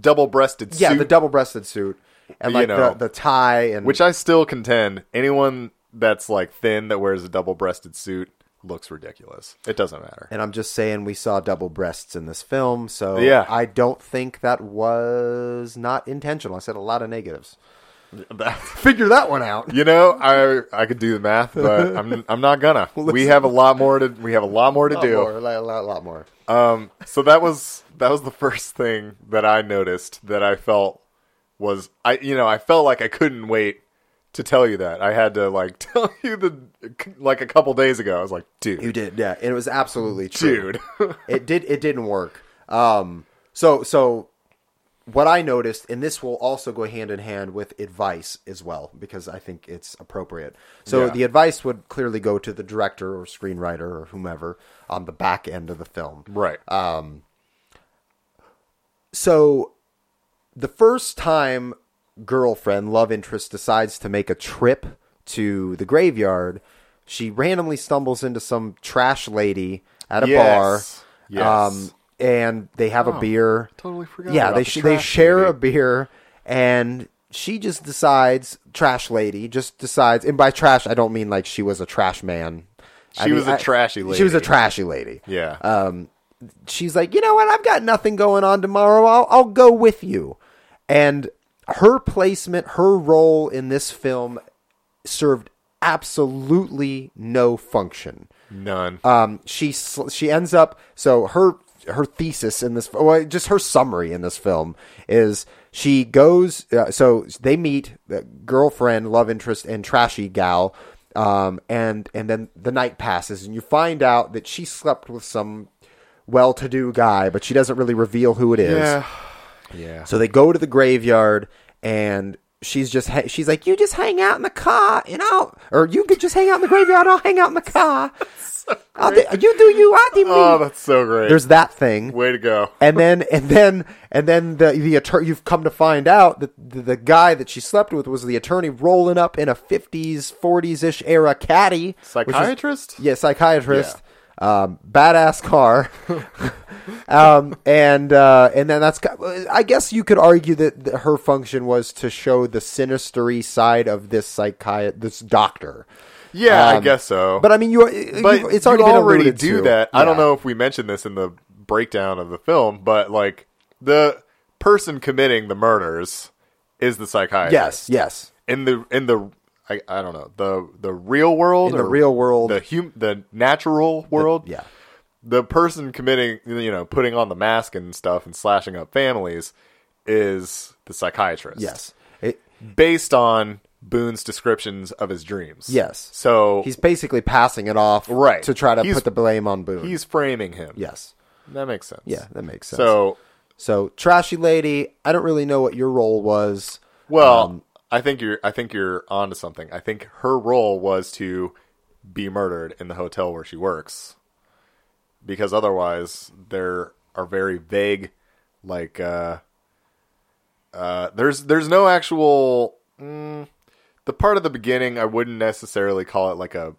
double-breasted
Yeah,
suit
the double-breasted suit and
You
like
know.
the, the tie and
Which I still contend anyone that's like thin that wears a double breasted suit looks ridiculous. It doesn't matter.
and I'm just saying we saw double breasts in this film, so
Yeah.
I don't think that was not intentional. I said a lot of negatives. Figure that one out.
you know, I I could do the math, but I'm I'm not gonna. We have a lot more to we have a lot more to
A lot
do.
more, a lot, a lot- a lot more.
Um so that was that was the first thing that I noticed that I felt was I you know, I felt like I couldn't wait to tell you that. I had to like [LAUGHS] tell you the like a couple days ago. I was like, dude,
You did, yeah. And it was absolutely true.
dude. [LAUGHS]
[LAUGHS] it did it didn't work. Um so so what I noticed, and this will also go hand in hand with advice as well, because I think it's appropriate. So
Yeah.
the advice would clearly go to the director or screenwriter or whomever on the back end of the film.
right.
So the first time girlfriend, love interest, decides to make a trip to the graveyard, she randomly stumbles into some trash lady at a
Yes.
bar. um,
Yes. Oh,
and they have a beer.
totally forgot
Yeah,
about
they
the
sh- they
trash
share
lady.
a beer, and she just decides. Trash lady just decides, and by trash I don't mean like she was a trash man. I
She was a
I-
trashy
She was a
lady.
trashy lady
yeah.
um, she's like, you know what? I've got nothing going on tomorrow. I'll, I'll go with you. And her placement, her role in this film served absolutely no function.
None.
Um, she sl- she ends up so her her thesis in this well, just her summary in this film is she goes uh, so they meet the girlfriend love interest and trashy gal um, and and then the night passes and you find out that she slept with some well-to-do guy but she doesn't really reveal who it is
yeah. Yeah.
so they go to the graveyard, and she's just ha- she's like, "You just hang out in the car, and I'll or you could just hang out in the graveyard. I'll hang out in
[LAUGHS]
the car. I'll do- you do you, I do me."
Oh, that's so great.
There's that thing.
Way to go.
And then, and then, and then the the attorney. You've come to find out that the, the guy that she slept with was the attorney rolling up in a '50s, '40s ish era caddy, which was-
Psychiatrist?
yeah, psychiatrist. Um, badass car. [LAUGHS] um, and uh, and then that's. ki- I guess you could argue that th- her function was to show the sinistery side of this psychiatrist, this doctor.
Yeah, I
Um,
guess so.
But I mean, you. you
But
it's already
you
been
already
alluded
do
to.
that. I don't
Yeah.
know if we mentioned this in the breakdown of the film, but like the person committing the murders is the psychiatrist.
Yes, yes.
in the in the I, I don't know the the real world
In the real world.
the hum the natural world
yeah.
the person committing you know putting on the mask and stuff and slashing up families is the psychiatrist [LAUGHS]
Yes. It,
based on Boone's descriptions of his dreams
Yes.
so
he's basically passing it off
Right.
to try to
He's-
put the blame on Boone.
he's framing him
yes.
that makes sense
Yeah, that makes sense.
so
So, trashy lady, I don't really know what your role was. Um,
well I think you're I think you're onto something I think her role was to be murdered in the hotel where she works because otherwise there are very vague like uh uh there's there's no actual mm, the part of the beginning I wouldn't necessarily call it like a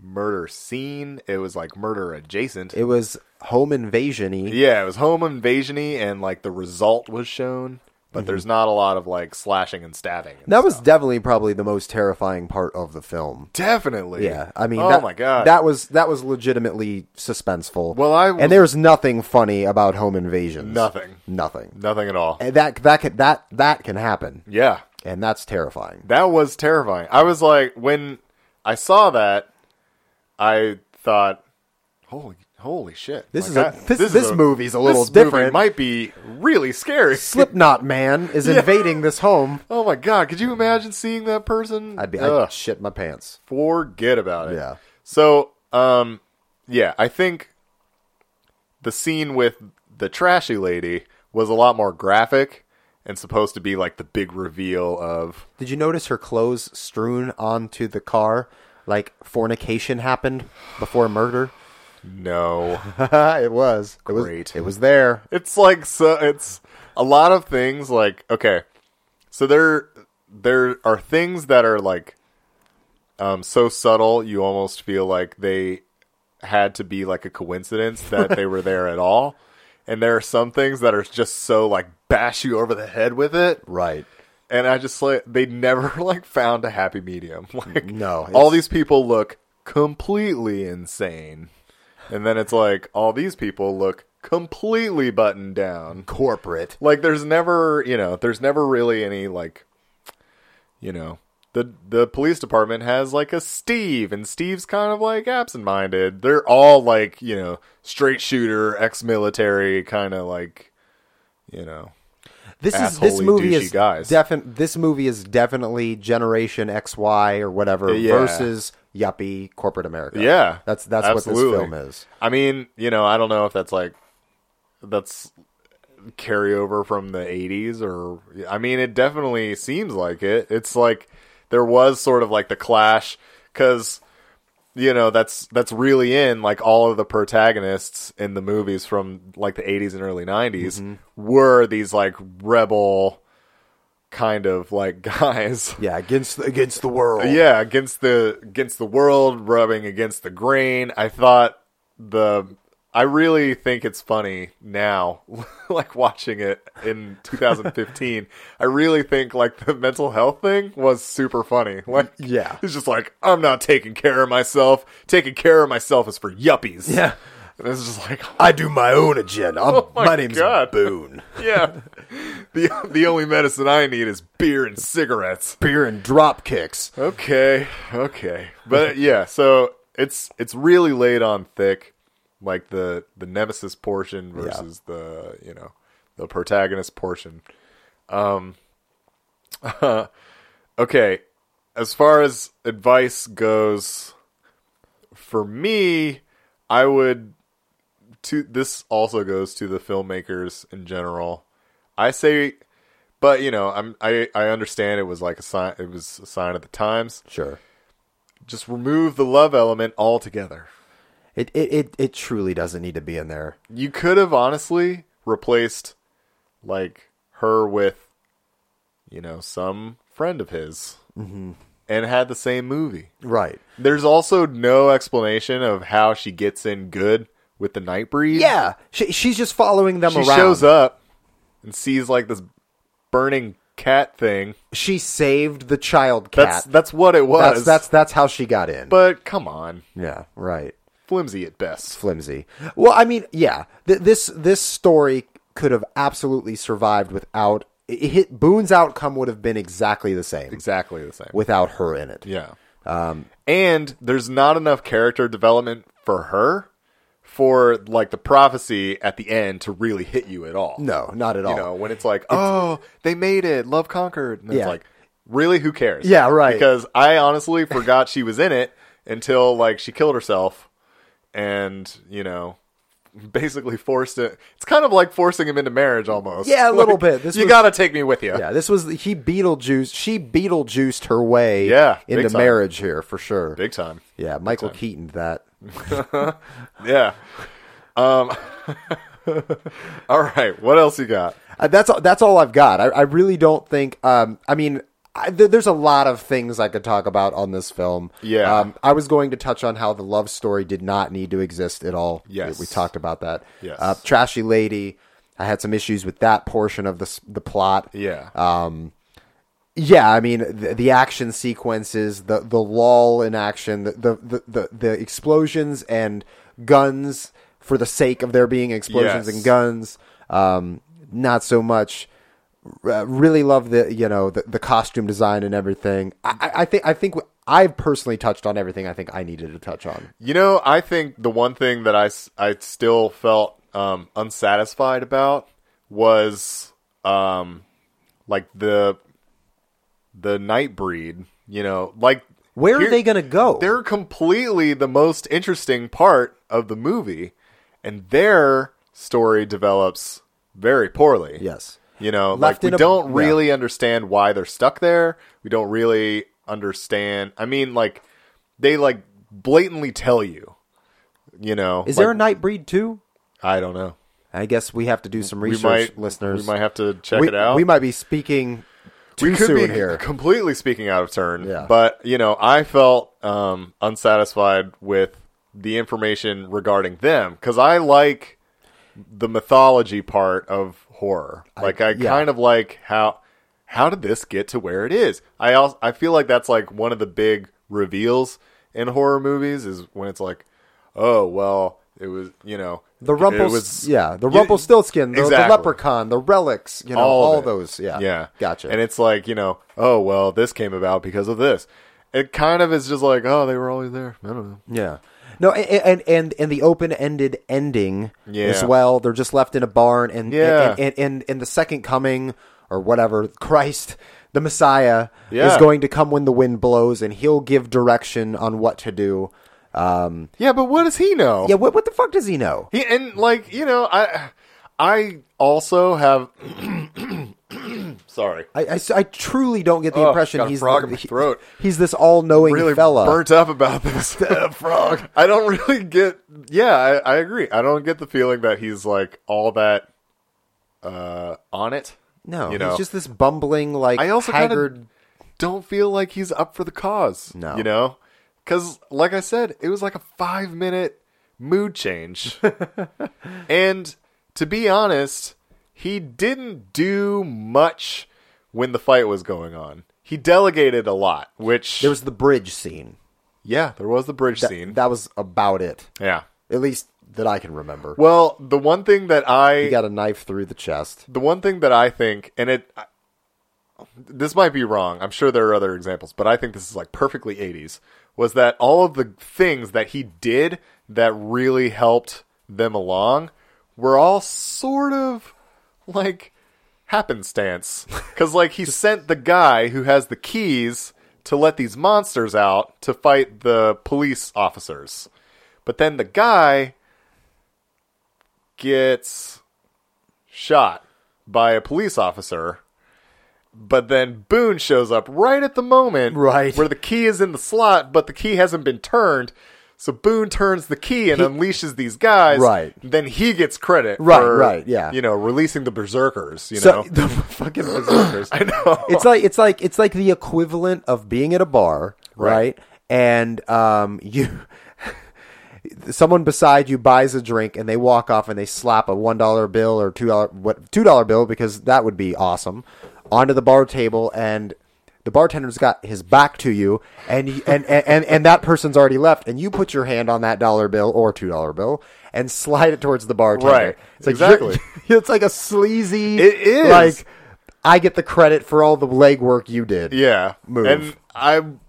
murder scene it was like murder adjacent
It was home invasion-y.
yeah, it was home invasiony, and like the result was shown, but there's not a lot of like slashing and stabbing.
That was definitely probably the most terrifying part of the film.
Definitely.
Yeah, I mean,
oh
that,
my god,
that was that was legitimately suspenseful.
Well, I was-
and there was nothing funny about home invasions.
Nothing.
nothing.
nothing at all.
And that that can, that that can happen,
yeah,
and that's terrifying.
that was terrifying. I was like, when I saw that, I thought, holy, holy shit!
This
Like,
is a-
I-
this-
is
this movie's a little
this movie
different.
might be really scary.
Slipknot man is invading this home.
oh my god, could you imagine seeing that person? Oh,
I'd be
Ugh.
I'd shit my pants.
forget about it.
Yeah.
So, um, yeah, I think the scene with the trashy lady was a lot more graphic and supposed to be like the big reveal of
Did you notice her clothes strewn onto the car? Like fornication happened before murder.
no.
[LAUGHS] it was. It was.
Great.
It was there.
it's like so. It's a lot of things. Like okay, so there there are things that are like um so subtle you almost feel like they had to be like a coincidence that they were there at all. And there are some things that are just so like bash you over the head with it.
Right.
and I just like they never [LAUGHS] like found a happy medium. [LAUGHS] Like
No, it's-
all these people look completely insane, and then it's like all these people look completely buttoned down.
Corporate.
Like there's never you know there's never really any like you know the the police department has like a Steve and Steve's kind of like absent minded. They're all like you know straight shooter ex military kind of like you know
This is
asshole-y,
this movie is
douchey guys.
definitely this movie is definitely Generation X Y or whatever
Yeah.
versus yuppie corporate America.
Yeah,
that's that's
absolutely.
what this film is.
I mean, you know, I don't know if that's like that's carryover from the '80s, or I mean, it definitely seems like it. It's like there was sort of like the clash because you know that's that's really in like all of the protagonists in the movies from like the 80s and early 90s were these like rebel kind of like [LAUGHS] guys
Yeah, against the, against the world.
yeah, against the against the world, rubbing against the grain. I thought the I really think it's funny now, [LAUGHS] like watching it in 2015. I really think like the mental health thing was super funny. [LAUGHS] Like,
Yeah.
it's just like I'm not taking care of myself. Taking care of myself is for yuppies.
Yeah. Oh
and it's just like, [LAUGHS]
I do my own agenda. I'm,
my God.
Boone.
yeah, the the only medicine I need is beer and cigarettes.
Beer and drop kicks.
Okay, okay, but uh, yeah, so it's it's really laid on thick, like the the nemesis portion versus the you know the protagonist portion. Um, okay, as far as advice goes, for me, I would to this also goes to the filmmakers in general. I say, but you know, I'm I I understand it was like a sign. It was a sign of the times.
Sure.
Just remove the love element altogether.
It, it it it truly doesn't need to be in there.
You could have honestly replaced like her with you know some friend of his
Mm-hmm.
and had the same movie.
Right.
There's also no explanation of how she gets in good with the night breeze.
Yeah. She, she's just following them
she
around.
shows up and sees like this burning cat thing.
She saved the child
That's
cat.
that's what it was.
that's that's, that's how she got in.
but come on,
yeah, right.
flimsy at best.
flimsy. Well, I mean, yeah, th- this this story could have absolutely survived without it, hit, Boone's outcome would have been exactly the same
exactly the same.
without her in it.
Yeah. Um, and there's not enough character development for her for like the prophecy at the end to really hit you at all.
No, not at all.
You know, when it's like, oh, they made it, love conquered. And it's
Yeah.
like, really, who cares?
Yeah, right.
Because I honestly forgot she was in it until like she killed herself and, you know, basically forced it. It's kind of like forcing him into marriage almost.
Yeah, a
[LAUGHS]
little
Like,
bit. This
you
was-
got to take me with you.
Yeah, this was he Beetlejuice. She Beetlejuiced her way
Yeah, big
into
time.
marriage here for sure.
Big time.
yeah, Michael Keaton that.
Yeah. Um, [LAUGHS] all right. What else you got?
Uh, that's all- that's all I've got. I, I really don't think. Um, I mean, I, there, there's a lot of things I could talk about on this film.
Yeah.
Um, I was going to touch on how the love story did not need to exist at all.
Yes.
we, we talked about that.
Yes.
Uh, Trashy lady. I had some issues with that portion of the s- the plot.
Yeah.
Yeah, I mean the, the action sequences, the the lull in action, the the, the the the explosions and guns for the sake of there being explosions
Yes.
and guns. Um, not so much. R- uh, really love the you know the, the costume design and everything. I, I- I think I think I personally touched on everything I think I needed to touch on.
You know, I think the one thing that I, s- I still felt um, unsatisfied about was um, like the the night breed. You know, like
Where
here-
are they going to go?
They're completely the most interesting part of the movie, and their story develops very poorly.
yes.
You know,
Left
like
in
we
a-
don't
yeah.
really understand why they're stuck there. We don't really understand. I mean, like they like blatantly tell you. You know,
Is
like,
there a night breed too?
I don't know.
I guess we have to do some
We
research,
might
listeners.
We might have to check
we,
it out.
we might be speaking too
We could
soon
be
here.
completely speaking out of turn.
Yeah.
But you know, I felt um, unsatisfied with the information regarding them because I like the mythology part of horror. Like I,
yeah.
kind of like how how did this get to where it is? I also I feel like that's like one of the big reveals in horror movies is when it's like, oh well, it was you know
The
it
Rumpel,
was-
yeah, the
you-
Rumpelstiltskin, the, the
Exactly.
Leprechaun, the relics, you know, all,
all, of it.
those, yeah,
yeah,
gotcha.
And it's like you know, oh well, this came about because of this. It kind of is just like, oh, they were always there. I don't know.
yeah, no, a- a- and and and the open-ended ending
Yeah.
as well. They're just left in a barn, and
Yeah.
and, and, and and the second coming or whatever, Christ, the Messiah,
Yeah.
is going to come when the wind blows, and he'll give direction on what to do. Um,
Yeah, but what does he know?
yeah, what what the fuck does he know?
He, and like you know, I I also have. [CLEARS THROAT] sorry,
I, I s- I truly don't get the
Oh,
impression
got a
he's
frog in my
he-
throat.
he's this all-knowing
really
fella.
burnt up about
[LAUGHS]
this frog. I don't really get. Yeah, I, I agree. I don't get the feeling that he's like all that uh on it.
No,
you know,
he's just this bumbling, like
I also kind
haggard.
of don't feel like he's up for the cause.
No.
you know, because like I said, it was like a five minute mood
[LAUGHS]
change, and to be honest, he didn't do much when the fight was going on. He delegated a lot, which
There was the bridge scene.
yeah, there was the bridge scene.
That was about it,
yeah.
at least that I can remember.
Well, the one thing that I
he got a knife through the chest.
the one thing that I think, and it, I- this might be wrong. I'm sure there are other examples, but I think this is like perfectly 80s. Was that all of the things that he did that really helped them along were all sort of like happenstance? Because like he sent the guy who has the keys to let these monsters out to fight the police officers, but then the guy gets shot by a police officer. But then Boone shows up right at the moment
Right.
where the key is in the slot, but the key hasn't been turned. So Boone turns the key and unleashes these guys.
Right.
Then he gets credit
Right,
for
right, yeah.
you know, releasing the berserkers, you
So
know.
[LAUGHS] the fucking berserkers.
[LAUGHS] I know.
it's like it's like it's like the equivalent of being at a bar,
Right.
right? And um, [LAUGHS] you, someone beside you buys a drink, and they walk off and they slap a one dollar bill or two dollar what two dollar bill because that would be awesome onto the bar table, and the bartender's got his back to you, and y- and and, and, and that person's already left, and you put your hand on that dollar bill or two dollar bill and slide it towards the bartender.
Right.
It's like [LAUGHS]
Exactly.
you're- It's like a sleazy.
It is.
like I get the credit for all the legwork you did.
Yeah,
Move.
And I'm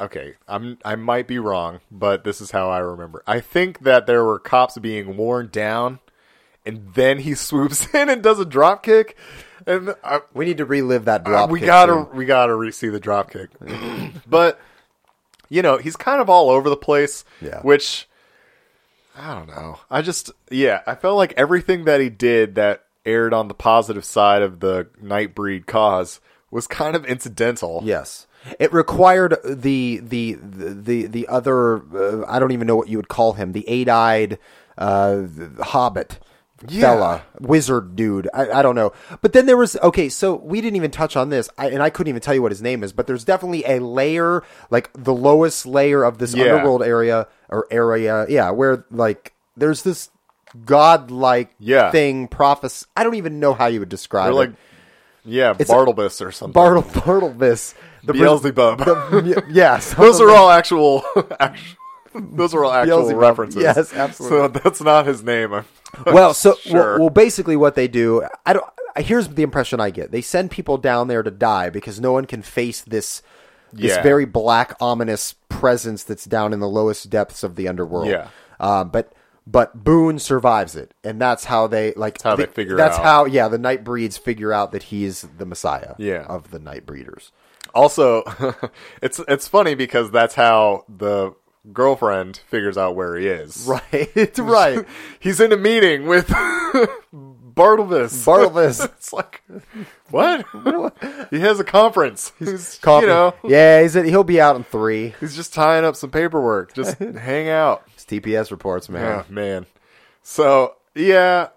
okay. I'm I might be wrong, but this is how I remember. I think that there were cops being worn down, and then he [LAUGHS] swoops in and does a drop kick, and I,
We need to relive that drop.
we
kick
gotta
scene.
we gotta re-see the drop kick. [CLEARS THROAT] but you know he's kind of all over the place.
Yeah.
Which I don't know. I just yeah I felt like everything that he did that aired on the positive side of the Nightbreed cause was kind of incidental.
Yes, it required the the the the, the other. Uh, I don't even know what you would call him. The eight eyed uh, hobbit. Fella, wizard dude. I, I don't know. But then there was okay. So we didn't even touch on this, I, and I couldn't even tell you what his name is. But there's definitely a layer, like the lowest layer of this
Yeah.
underworld area or area, yeah, where like there's this godlike
Yeah.
thing. Prophes. I don't even know how you would describe
They're
it.
like, yeah,
a-
Bartlebus or something.
Bartle Bartlebus. The
Beelzebub.
the, yeah,
[LAUGHS] those are all actual. [LAUGHS] actu those are all actual
Beelzebub.
references.
Yes, absolutely.
So that's not his name. I'm [LAUGHS]
well, so
sure.
well, well, basically, what they do, I don't. I- Here's the impression I get: they send people down there to die because no one can face this this
Yeah.
very black, ominous presence that's down in the lowest depths of the underworld.
Yeah.
Uh, but but Boone survives it, and that's how they like. That's
how they figure
That's
out.
how yeah, the night breeds figure out that he's the Messiah.
Yeah.
of the night
[LAUGHS]
breeders.
Also, it's it's funny because that's how the girlfriend figures out where he is. [LAUGHS]
Right, [LAUGHS] right.
He's in a meeting with [LAUGHS] Bartlebus.
Bartlebus.
it's like what? he has a conference. He's
Coffee.
[LAUGHS] you know
Yeah, he's he'll be out in three.
he's just tying up some paperwork.
[LAUGHS]
Just hang out.
It's TPS reports, man.
Oh man. So yeah.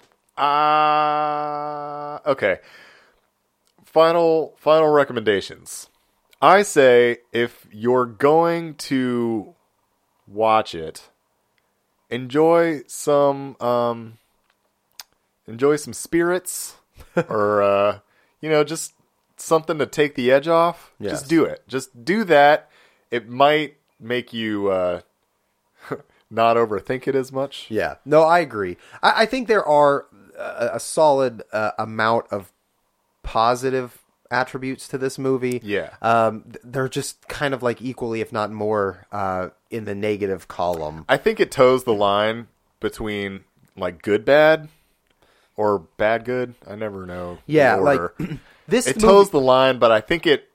Uh okay. Final final recommendations. I say if you're going to watch it, enjoy some um enjoy some spirits or uh you know just something to take the edge off.
Yes.
Just do it. Just do that. It might make you uh not overthink it as much.
Yeah, no, I agree. I, I think there are a, a solid uh, amount of positive attributes to this movie.
Yeah.
um, th- they're just kind of like equally, if not more, uh, in the negative column.
I think it toes the line between like good bad or bad good. I never know. the
Yeah,
order.
like [CLEARS THROAT] this
it
movie-
toes the line, but I think it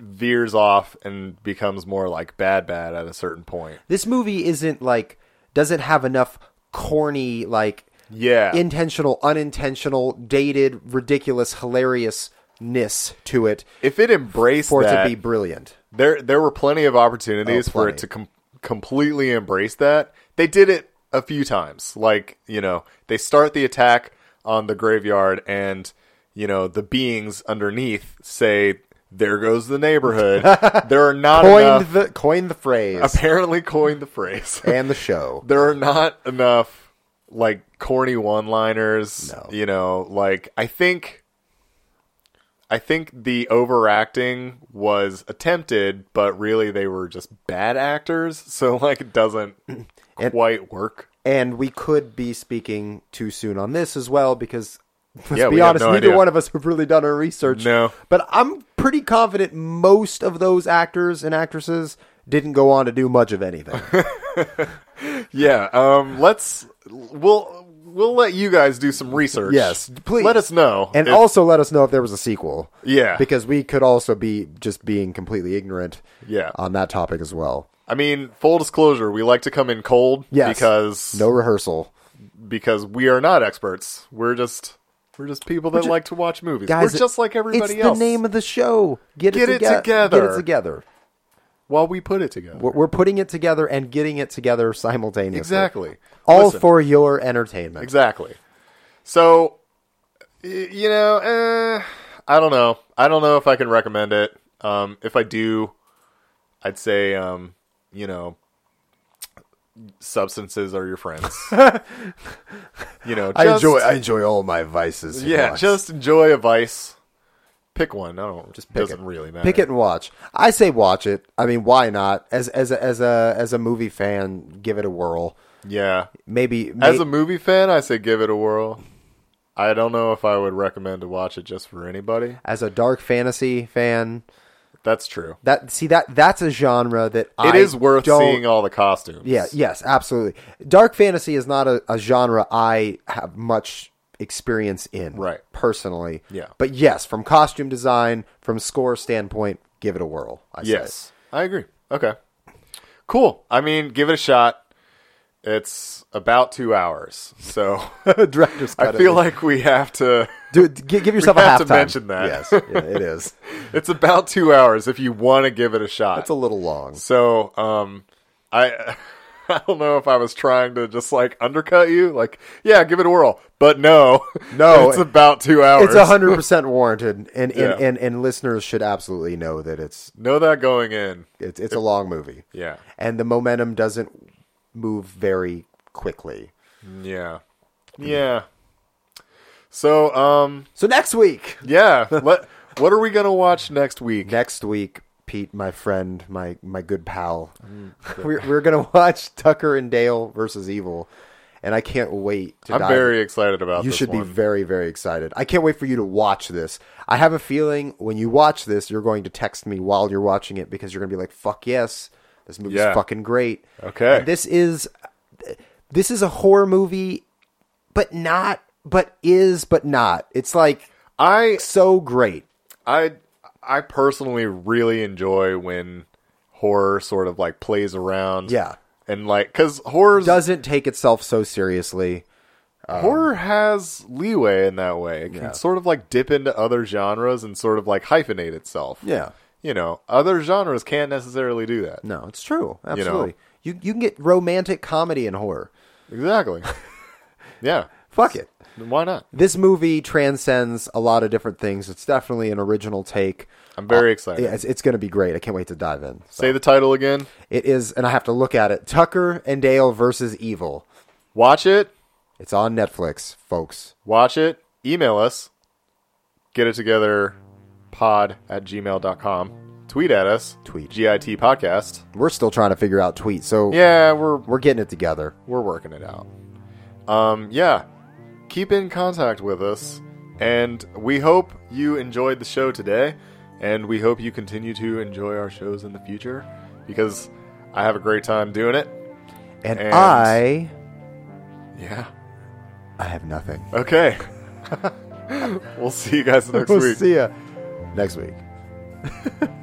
veers off and becomes more like bad bad at a certain point.
this movie isn't like doesn't have enough corny like
Yeah.
intentional, unintentional, dated, ridiculous, hilariousness to it
if it embraced
for
that,
it to be brilliant.
there there were plenty of opportunities
Oh,
for
plenty.
it to com- completely embrace that. They did it a few times. Like, you know, they start the attack on the graveyard and, you know, the beings underneath say there goes the neighborhood.
[LAUGHS]
there are not
Coined
enough
the coined the phrase
apparently coined the phrase.
and the show.
there are not enough like corny one-liners,
No.
you know, like I think I think the overacting was attempted, but really they were just bad actors, [LAUGHS] so like it
[CLEARS THROAT]
doesn't quite work.
And we could be speaking too soon on this as well because [LAUGHS] let's
Yeah, we
be
have
honest,
no
neither
idea.
one of us have really done our research.
No.
But I'm pretty confident most of those actors and actresses didn't go on to do much of
[LAUGHS]
anything.
Yeah, um let's we'll we'll let you guys do some research.
Yes, please.
Let us know.
and
if-
also let us know if there was a sequel.
Yeah.
Because we could also be just being completely ignorant
Yeah.
on that topic as well.
I mean, full disclosure, we like to come in cold
Yes.
because
No rehearsal.
because we are not experts. We're just we're just people that like to watch movies.
Guys,
we're just like everybody
it's
else.
the name of the show. Get it,
Get it
toge- Get
together.
it together.
while we put it together.
We're, we're putting it together and getting it together simultaneously.
exactly.
All
Listen,
for your entertainment.
exactly. So y- you know, eh, I don't know. I don't know if I can recommend it. Um, if I do, I'd say um, you know, substances are your
[LAUGHS]
friends. you know, just,
I enjoy all my vices.
yeah, just enjoy a vice. Pick one. I don't.
Just
Just
pick
doesn't
it.
really matter.
Pick it and watch. I say watch it. I mean, why not? As as a, as a as a movie fan, give it a whirl.
Yeah.
Maybe may-
As a movie fan, I say give it a whirl. I don't know if I would recommend to watch it just for anybody.
as a dark fantasy fan.
That's true.
That see that that's a genre that
It
I
is worth
don't-
seeing all the costumes.
Yeah, yes, absolutely. Dark fantasy is not a, a genre I have much experience in,
Right.
Personally,
Yeah.
But yes, from costume design, from score standpoint, give it a whirl. I say.
Yes, I agree. Okay, cool. I mean, give it a shot. It's about two hours, so [LAUGHS]
[LAUGHS] director's
I
cut.
feel like we have to. [LAUGHS]
dude, give, give yourself a half
have
time.
to mention that. [LAUGHS]
Yes, yeah, it is.
It's about two hours if you want to give it a shot.
It's a little long.
So, um, I [LAUGHS] I don't know if I was trying to just like undercut you, like yeah, give it a whirl, but no, [LAUGHS]
No,
it's about two hours.
It's hundred percent warranted, and and,
Yeah.
and and listeners should absolutely know that it's
know that going in,
it's it's a long movie.
yeah,
and the momentum doesn't move very quickly.
Mm, yeah, yeah. So, um,
So next week, [LAUGHS]
yeah, let what are we gonna watch next week?
next week, Pete, my friend, my my good pal,
Mm,
[LAUGHS] we're we're gonna watch Tucker and Dale versus Evil, and I can't wait. to
I'm
dive-
very excited about
You
this
should be
one.
very very excited. I can't wait for you to watch this. I have a feeling when you watch this, you're going to text me while you're watching it because you're gonna be like, "Fuck yes, this movie's
Yeah.
fucking great."
Okay.
And this is this is a horror movie, but not, but is, but not. It's like
I
so great.
I I personally really enjoy when horror sort of like plays around,
Yeah.
and like because horror
Doesn't take itself so seriously. Um,
horror has leeway in that way. It can sort of like dip into other genres and sort of like hyphenate itself.
Yeah.
You know, other genres can't necessarily do that.
No, it's true. Absolutely. You, you can get romantic comedy and horror. [LAUGHS]
Exactly. yeah.
Fuck it.
Why not?
This movie transcends a lot of different things. It's definitely an original take.
I'm very excited.
Uh, Yeah, it's, it's going to be great. I can't wait to dive in.
Say the title again.
It is, and I have to look at it. Tucker and Dale versus Evil.
Watch it.
It's on Netflix, folks.
Watch it. Email us. Get it together pod at gmail.com. Tweet at us.
Tweet.
GIT podcast.
We're still trying to figure out tweets, so
Yeah, we're
we're getting it together.
we're working it out. Um, yeah, keep in contact with us, and we hope you enjoyed the show today, and we hope you continue to enjoy our shows in the future because I have a great time doing it.
And,
And-
I,
Yeah.
I have nothing.
Okay. [LAUGHS] we'll see you guys next
[LAUGHS] We'll
week.
see ya next week.